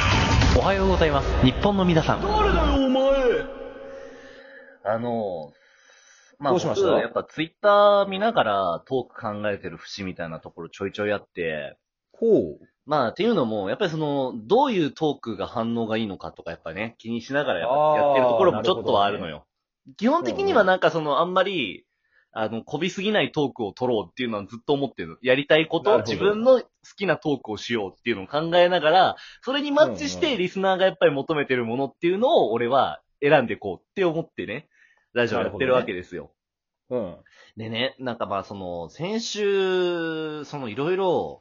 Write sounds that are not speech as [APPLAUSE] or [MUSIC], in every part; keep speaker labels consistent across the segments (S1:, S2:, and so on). S1: はようございます。日本の皆さん。
S2: 誰だよ、お前
S3: あの、まあ、
S2: どうしました
S3: 僕やっぱツイッター見ながらトーク考えてる節みたいなところちょいちょいあって、
S2: ほう。
S3: まあ、っていうのも、やっぱりその、どういうトークが反応がいいのかとか、やっぱね、気にしながらやっぱ
S2: あー
S3: やってるところもちょっとはあるのよ。基本的には
S2: そうね
S3: なんかその、あんまり、あの、こびすぎないトークを取ろうっていうのはずっと思ってる。やりたいこ
S2: な
S3: と、
S2: るほど
S3: 自分の好きなトークをしようっていうのを考えながら、それにマッチし
S2: うんう
S3: てリスナーがやっぱり求めてるものっていうのを俺は選んでこうって思ってね、ラジオやってるわけですよ。
S2: うん。
S3: でね、なんかまあその、先週、そのいろいろ、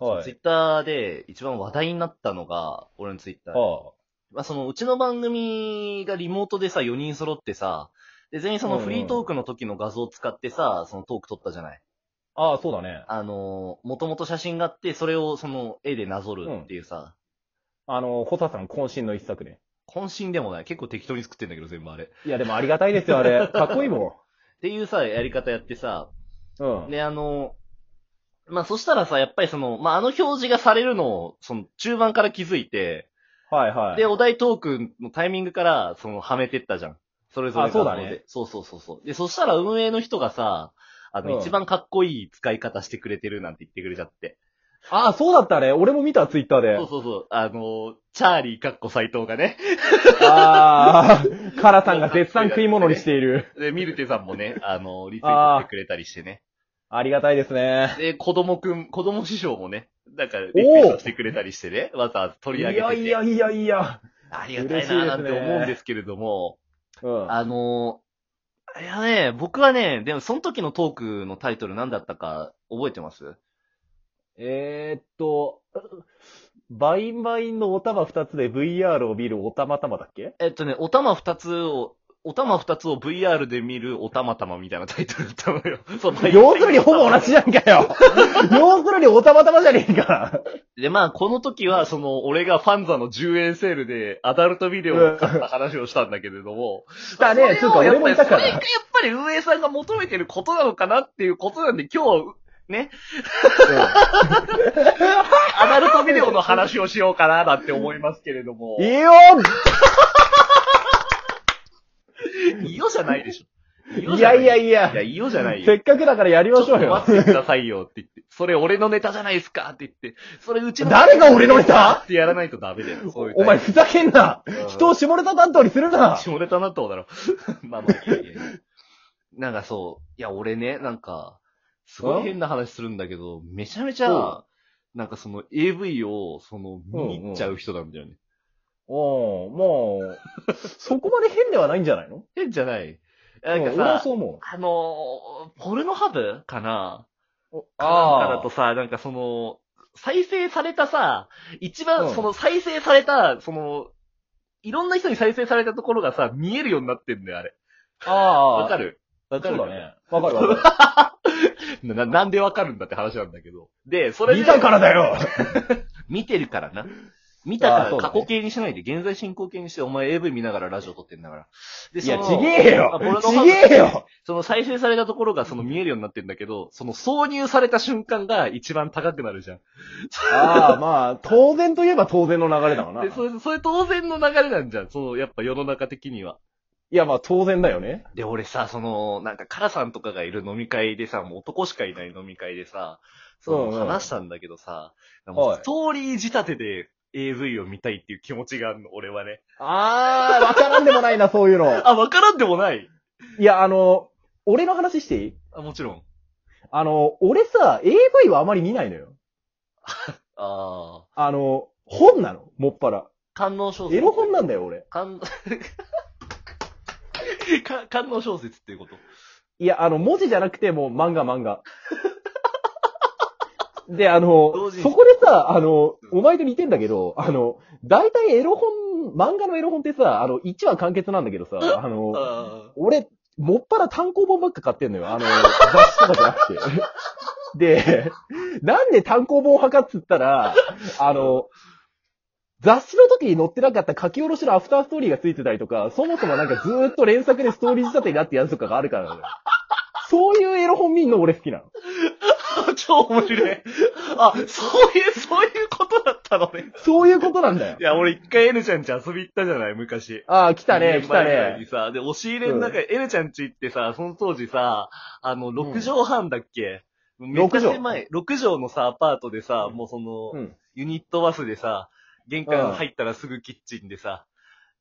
S2: は
S3: ツイ
S2: い。
S3: ッターで一番話題になったのが、俺のツイッターで。
S2: は
S3: まあその、うちの番組がリモートでさ、4人揃ってさ、で、全員その
S2: うんうん
S3: フリートークの時の画像を使ってさ、そのトーク撮ったじゃない。
S2: あ。ああ、そうだね。
S3: あのー、もともと写真があって、それをその絵でなぞるっていうさ、
S2: あの、ホタさん渾身の一作ね。
S3: 渾身でもない。結構適当に作ってんだけど、全部あれ。っ
S2: いや、でもありがたいですよ、あ [LAUGHS] れ。かっこいいも
S3: ていうさ、やり方やってさ、
S2: ん。うん。
S3: で、あの、まあ、そしたらさ、やっぱりその、まあ、あの表示がされるのを、その、中盤から気づいて、
S2: はいはい。
S3: で、お題トークのタイミングから、その、はめてったじゃん。それぞれが
S2: あそうだね。
S3: そうそうそうそう。で、そしたら運営の人がさ、あの、
S2: うん
S3: 一番かっこいい使い方してくれてるなんて言ってくれちゃって。
S2: ああ、そうだったね。俺も見た、ツイッターで
S3: そう。そうそう。あの、チャーリーかっこ斎藤がね。 [LAUGHS]
S2: ああ、カラさんが絶賛食い物にしている。
S3: で、ミルテさんもね、あの、リツイートしてくれたりしてね。
S2: [LAUGHS] ありがたいですね。
S3: で、子供くん、子供師匠もね、だから、リ
S2: お
S3: ツイ
S2: ー
S3: ートしてくれたりしてね、わざわざ取
S2: い
S3: り上げて
S2: や
S3: て。
S2: いやいやいや。
S3: ありがたいななんて思うんですけれども、
S2: うん。
S3: あの、いやね、僕はね、でもその時のトークのタイトル何だったか覚えてます
S2: えーっと、バインバインのお玉二つで VR を見るお玉玉だっけ
S3: えっとね、お玉二つを、お玉二つを VR で見るお玉玉みたいなタイトルだったの
S2: [LAUGHS]
S3: よ。そう、
S2: 要するにほぼ同じじゃんか [LAUGHS] よ要するにお玉玉じゃねえか
S3: で、まあ、この時は、その、俺がファンザの10円セールで、アダルトビデオを買った話をしたんだけれども、
S2: したね、つうか俺もいたか
S3: それがやっ
S2: ら。
S3: ぱり運営さんが求めてることなのかなっていうことなんで、今日は、アダルトビデオの話をしようかな、なんて思いますけれども
S2: い。いよ
S3: いいよじゃないでしょ。
S2: いやいや
S3: い
S2: い
S3: や。いや、
S2: や、
S3: いいよじゃないよ。
S2: せっかくだからやりましょ
S3: ちょ
S2: う
S3: っ
S2: よ
S3: と。待ってくださいよって言って。それ俺のネタじゃないですかって言って。それうちの。
S2: 誰が俺のネタ
S3: ってやらないとダメだよ。そういう
S2: お前ふざけんな人を下ネタ担当にするな
S3: 下ネタになったことだろ。 [LAUGHS] まあまあ、いやいやいやなんかそう、いや俺ね、なんか、すごい変な話するんだけど、めちゃめち
S2: うん
S3: ゃ、なんかその AV を、その、見に行っちゃう人なんだよね。
S2: おおもう、そこまで変ではないんじゃないの
S3: 変じゃないな
S2: うんん
S3: か
S2: 俺は
S3: さ
S2: そ、う思
S3: あのー、ポルノハブかな
S2: う。
S3: なんかだ
S2: あ
S3: とさ、なんかその、再生されたさ、一
S2: う
S3: 番
S2: ん
S3: その再生された、その、いろんな人に再生されたところがさ、見えるようになってんだよ、あれ。
S2: あ。ああ。
S3: わかるわか
S2: そ
S3: る
S2: う
S3: か
S2: だね。わかるわか
S3: な、なんでわかるんだって話なんだけど。で、それ
S2: る。
S3: で
S2: 見たからだよ
S3: 見てるからな。見たか
S2: あーそ
S3: ら
S2: うだ
S3: 過
S2: ね
S3: 去形にしないで、現在進行形にして、お前 AV 見ながらラジオ撮ってんだから。で、
S2: いや、
S3: そ
S2: ち
S3: の
S2: げえ
S3: あ
S2: よ
S3: 俺の
S2: ちげえよ
S3: その再生されたところがその見えるようになってんだけど、その挿入された瞬間が一番高くなるじゃん。
S2: ああ、まあ、当然といえば当然の流れだわな。
S3: で、そ
S2: い
S3: れ、それ当然の流れなんじゃん。その、やっぱ世の中的には。
S2: や、まあ当然だよね。
S3: で、俺さ、その、なんか、カラさんとかがいる飲み会でさ、もう男しかいない飲み会でさ、その、
S2: うんうん
S3: 話したんだけどさ、もう
S2: はい
S3: ストーリー仕立てで AV を見たいっていう気持ちがあるの、俺はね。
S2: ああ、わからんでもないな、そういうの。
S3: あ、わからんでもない
S2: いや、あの、俺の話していい
S3: あ、もちろん。
S2: あの、俺さ、AV はあまり見ないのよ。
S3: ああ。
S2: あの、本なの、もっぱら。
S3: 観音小説。
S2: エロ本なんだよ、俺。
S3: 観、 [LAUGHS] か観音小説っていうこと。
S2: いや、あの、文字じゃなくて、もう漫画
S3: [LAUGHS]
S2: 漫画。で、あの
S3: 同、時に
S2: そこでさ、あの、
S3: うん
S2: お前と似てんだけど、あの、大体エロ本、漫画のエロ本ってさ、あの、1話完結なんだけどさ、
S3: [LAUGHS]
S2: あの、
S3: あ
S2: 俺、もっぱら単行本ばっか買ってんのよ。あの、 [LAUGHS] 雑誌とかじゃなくて。で、なんで単行本派かっつったら、あの、雑誌の時に載ってなかった書き下ろしのアフターストーリーがついてたりとか、そもそもなんかずーっと連作でストーリー仕立てになってやつとかがあるからなのよ。そういうエロ本見んの俺好きなの。
S3: あ。超面白い。あ、そういう、そういうことだっったのね。
S2: そういうことなんだよ
S3: い。や、俺一回エルちゃんち遊び行ったじゃない、昔。
S2: ああ、来た
S3: 2
S2: ね、
S3: 年
S2: 来た
S3: 前ぐらい
S2: ね
S3: に。さ、で、押し入れの中に、エルちゃんち行ってさ、その当時さ、あの、6畳半だっけ、めっちゃ狭い。6畳のさ、アパートでさ、もうその、
S2: うん。
S3: ユニットバスでさ、玄関入ったらすぐキッチンでさ、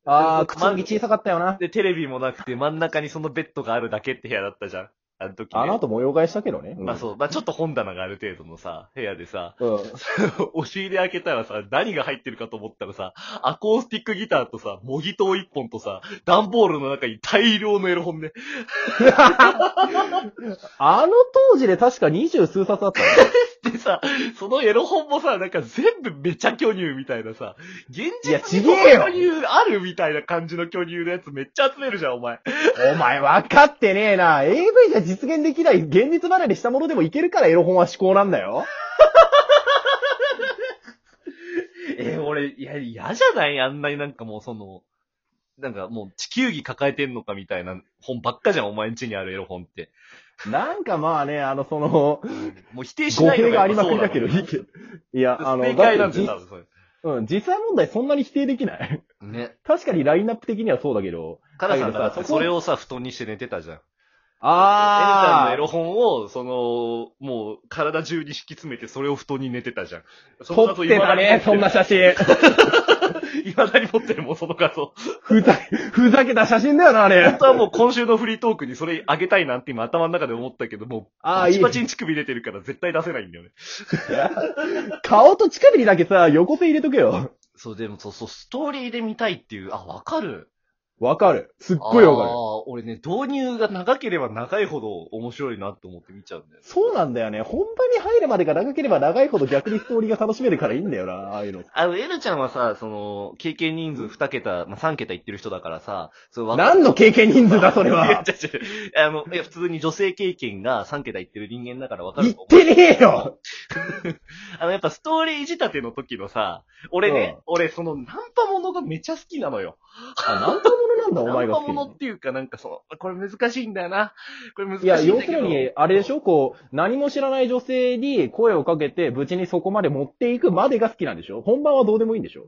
S2: ああ、
S3: で
S2: 口の木小さかったよな。
S3: で、テレビもなくて真ん中にそのベッドがあるだけって部屋だったじゃん。あの時、ね。
S2: あの後模様替えしたけどね。
S3: まあそう、まあちょっと本棚がある程度のさ、部屋でさ、
S2: うん。うん。
S3: [LAUGHS] 押し入れ開けたらさ、何が入ってるかと思ったらさ、アコースティックギターとさ、模擬刀一本とさ、段ボールの中に大量のエロ本ね。
S2: あの当時で確か二十数冊あったね。
S3: でさ、そのエロ本もさ、なんか全部めちゃ巨乳みたいなさ、現
S2: いや
S3: 実
S2: ち
S3: に
S2: げえよ
S3: 巨乳あるみたいな感じの巨乳のやつめっちゃ集めるじゃん、お前。
S2: お前分かってねえな。AV じゃ実現できない現実離れしたものでもいけるからエロ本は思考なんだよ。
S3: えー俺、いや、嫌じゃないあんなになんかもうその、なんかもう地球儀抱えてんのかみたいな本ばっかじゃん、お前ん家にあるエロ本って。
S2: なんかまあね、あの、その、
S3: もう否定し
S2: 語
S3: ない
S2: 弊
S3: の
S2: が
S3: が
S2: あり
S3: やっぱ
S2: ま
S3: そ
S2: く
S3: う
S2: り
S3: な
S2: だ
S3: の
S2: けど、いや、あの、
S3: 正解なんだよ、
S2: だ
S3: 多
S2: って
S3: 分それ。
S2: じうん、実際問題そんなに否定できない。
S3: ね。
S2: 確かにラインナップ的にはそうだけど。
S3: カラさんだって
S2: そこ
S3: それをさ、布団にして寝てたじゃん。エルちゃんのエ
S2: あ
S3: ロ本を、その、もう、体中に敷き詰めて、それを布団に寝てたじゃん。その
S2: 撮
S3: 画像
S2: ってたね、そんな。写真。
S3: いまだに持ってるもん、その画像。
S2: ふざ、ふざけた写真だよな、あ
S3: 本
S2: れ。
S3: 当はもう今週のフリートークにそれあげたいなって今頭の中で思ったけど、もう、
S2: ああ、
S3: パ
S2: い
S3: チ
S2: い。
S3: パチン乳首出てるから絶対出せないんだよね。
S2: 顔と近くにだけさ、横線入れとけよ。
S3: そう、でもそうそう、ストーリーで見たいっていう、あ、わかる。
S2: わかる。すっごいわか
S3: あ
S2: る。
S3: ー俺ね、導入が長ければ長いほど面白いなって思って見ちゃうんだよね。
S2: そうなんだよね。本番に入るまでが長ければ長いほど逆にストーリーが楽しめるからいいんだよな、ああいうの。
S3: あの、エルちゃんはさ、その、経験人数2桁、まあ、3桁いってる人だからさ、そう、わか
S2: 何の経験人数だ、それ
S3: いや [LAUGHS]
S2: は。
S3: 違う違うあの、いや、普通に女性経験が3桁いってる人間だからわか
S2: 言
S3: る
S2: っ
S3: と思う。
S2: てねえよ
S3: あの、やっぱストーリー仕立ての時のさ、俺ね、
S2: うん
S3: 俺、その、ナンパものがめちゃ好きなのよ。
S2: あ、なんたものなんだ、
S3: ナ
S2: お前
S3: ン
S2: が
S3: パ
S2: 好き
S3: ものっていうか、なんかその、これ難しいんだよな。これ難しいん
S2: い
S3: だ
S2: や、
S3: けど。
S2: 要するに、あれでしょこう、何も知らない女性に声をかけて、無事にそこまで持っていくまでが好きなんでしょ本番はどうでもいいんでしょ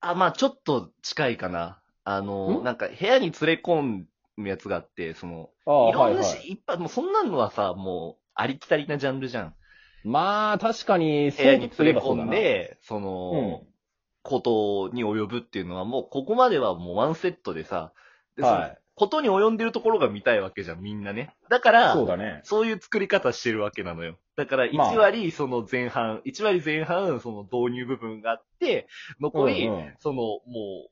S3: あ、まあちょっと近いかな。あの、
S2: ん
S3: なんか部屋に連れ込むやつがあって、その、
S2: あ
S3: い
S2: あ、
S3: ろ
S2: は
S3: ん
S2: い
S3: な
S2: は。
S3: いし、いっぱい、もうそんなのはさ、もう、ありきたりなジャンルじゃん。
S2: まあ、確か
S3: 部
S2: に、そう
S3: 屋に
S2: とすれ
S3: 連れ
S2: ばそう
S3: 込
S2: だ
S3: ん
S2: な。
S3: で、その、ことに及ぶっていうのは、もうここまではもうワンセットでさ、でその
S2: はい。
S3: ことに及んでるところが見たいわけじゃん、みんなね。だから、
S2: そうだね。
S3: そういう作り方してるわけなのよ。だから、
S2: まあ
S3: 1割その前半、1割前半その導入部分があって、残り、
S2: うんうん
S3: そのもう、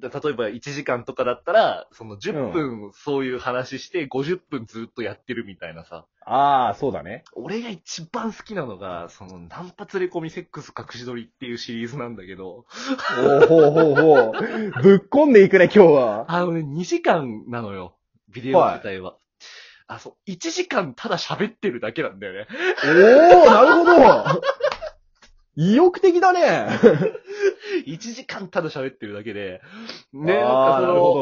S3: だ例えば1時間とかだったら、その10分そういう話して、50分ずっとやってるみたいなさ。
S2: ああ、そうだね。
S3: 俺が一番好きなのが、その、ナンパ連れ込みセックス隠し撮りっていうシリーズなんだけど、
S2: おーほうほうほう。ぶっ込んでいくね、今日は。
S3: あのね、2時間なのよ。ビデオ自体は。あ、そう、1時間ただ喋ってるだけなんだよね。
S2: おー、なるほど意欲的だね。
S3: 1時間ただ喋ってるだけで、ね、なん
S2: あ
S3: か
S2: あ、
S3: そ
S2: なるほ
S3: の、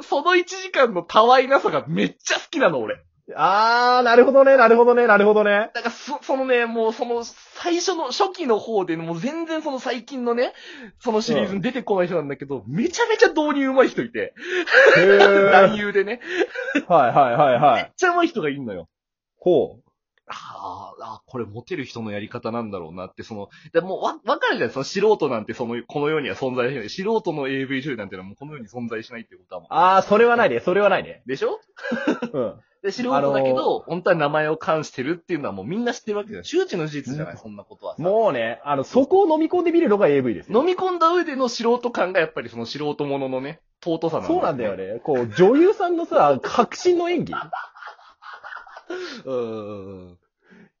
S2: ど。
S3: その1時間のたわいなさがめっちゃ好きなの、俺。
S2: ああ、なるほどね、なるほどね、なるほどね。
S3: だからそ、そのね、もうその、最初の初期の方で、もう全然その最近のね、そのシリーズに出てこない人なんだけど、めちゃめちゃ導入上手い人いて、
S2: へえ。
S3: 男
S2: はい
S3: 優でね、
S2: [LAUGHS] はいはいは
S3: めっ
S2: い。
S3: ちゃ上手い人がいるのよ。
S2: ほう。
S3: あーあー、これモテる人のやり方なんだろうなって、その、でもうわ、わかるじゃん、その素人なんてその、この世には存在しない。素人の AV 女優なんてのはもうこの世に存在しないってことだもん。
S2: ああ、それはないね、それはないね。
S3: でしょ
S2: うん。
S3: で、素人だけ
S2: あ
S3: ど、本当は名前を冠してるっていうのはもうみんな知ってるわけじゃん。周知の事実じゃない、そんなことはさ。
S2: もうね、あの、そこを飲み込んでみるのが AV ですよ。
S3: 飲み込んだ上での素人感がやっぱりその素人もののね、尊さなんだ
S2: そうなんだよ。ね。こう、女優さんのさ、確信の演技。
S3: うーん。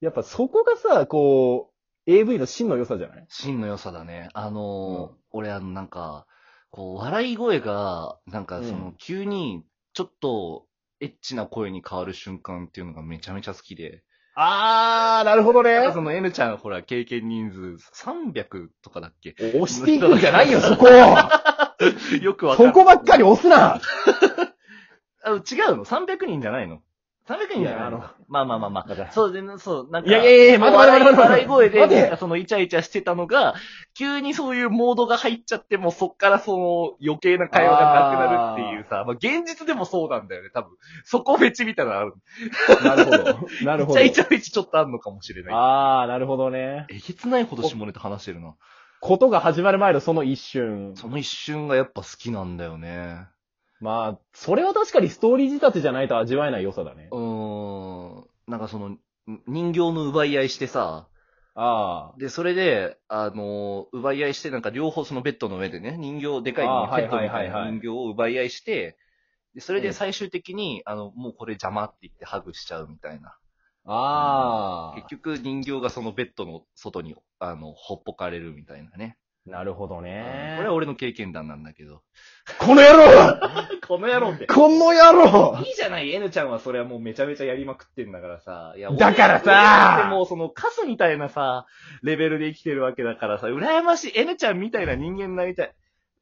S2: やっぱそこがさ、こう、AV の真の良さじゃない
S3: 真の良さだね。あのー
S2: うん
S3: 俺あのなんか、こう、笑い声が、なんかその、
S2: うん
S3: 急に、ちょっと、エッチな声に変わる瞬間っていうのがめちゃめちゃ好きで。
S2: あー、なるほど
S3: なん
S2: ね
S3: かその N ちゃんほら、経験人数300とかだっけ
S2: 押していくんじゃ [LAUGHS] ないよ、そこを
S3: よくわかん
S2: そ
S3: ない
S2: こばっかり押すな
S3: あ違うの ?300 人じゃないの300人
S2: い
S3: じゃない
S2: や、あの、
S1: まあまあまあま
S2: だから
S1: あ。そうで、そう、なんか。
S2: いやいやいや、待て待て待て待
S3: 笑
S2: て
S3: い声で、
S2: 待
S3: なん
S2: て
S3: かそのイチャイチャしてたのが、急にそういうモードが入っちゃって、もうそっからその余計な会話がなくなるっていうさ、まあ現実でもそうなんだよね、多分。そこフェチみたいなのあ
S2: [LAUGHS]
S3: る。
S2: なるほど。なる
S3: イ
S2: ほ
S3: チャ。
S2: ど
S3: イチャフェチちょっとあるのかもしれない。
S2: ああ、なるほどね。
S3: えげつないほど下ネタ話してるな。
S2: ことが始まる前のその一瞬。
S3: その一瞬がやっぱ好きなんだよね。
S2: まあ、それは確かにストーリー仕立てじゃないと味わえない良さだね。
S3: うーん。なんかその、人形の奪い合いしてさ、
S2: あ
S3: で、それで、あのー奪い合いして、なんか両方そのベッドの上でね、人形、でかい
S2: あー
S3: ペットみた
S2: はいはい
S3: い
S2: はい
S3: な
S2: はい
S3: 人形を奪い合いして、で、それ
S2: うん
S3: で最終的に、あの、もうこれ邪魔って言ってハグしちゃうみたいな。
S2: あ。あ
S3: 結局人形がそのベッドの外に、あの、ほっぽかれるみたいなね。
S2: あ。なるほど
S3: うん
S2: ね
S3: これ。は俺の経験談なんだけど。
S2: この野郎
S3: この野郎って。
S2: [LAUGHS] この野郎
S3: いいじゃない、N ちゃんはそれはもうめちゃめちゃやりまくってんだからさ。いや
S2: だから
S3: で
S2: さ
S3: も、その、カスみたいなさ、レベルで生きてるわけだからさ、羨ましい。N ちゃんみたいな人間になりたい。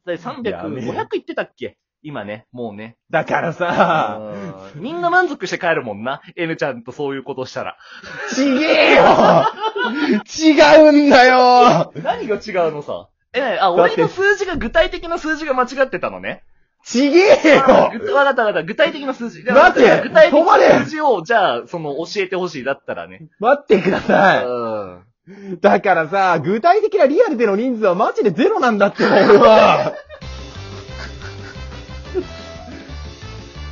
S3: だって
S2: やべえ
S3: 300、500言ってたっけ今ね、もうね。
S2: だからさ
S3: うんみんな満足して帰るもんな。N ちゃんとそういうことしたら。
S2: ちげえよ違うんだよ
S3: 何が違うのさ。え、あ、俺の数字が、具体的な数字が間違ってたのね。
S2: ちげえ
S3: あ
S2: よ
S3: ぐわかったわかった。具体的な数字。
S2: 待て
S3: 具体的
S2: 止まれ
S3: な数字を、じゃあ、その、教えてほしい。だったらね。
S2: 待ってくだ
S3: う
S2: さ
S3: ん。
S2: いだからさ具体的なリアルでの人数はマジでゼロなんだって、俺は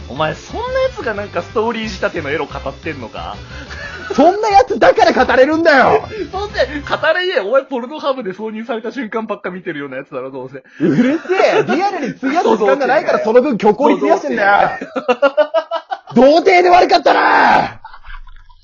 S3: お前、そんな奴がなんかストーリー仕立てのエロ語ってんのか
S2: そんなやつだから語れるんだよ
S3: [LAUGHS] そんで、語れねえ、お前ポルノハブで挿入された瞬間ばっか見てるようなやつだろ、どうせ。
S2: うるせえリアルに費やす時間がないからその分虚構に費やしてんだよ童貞で悪かったな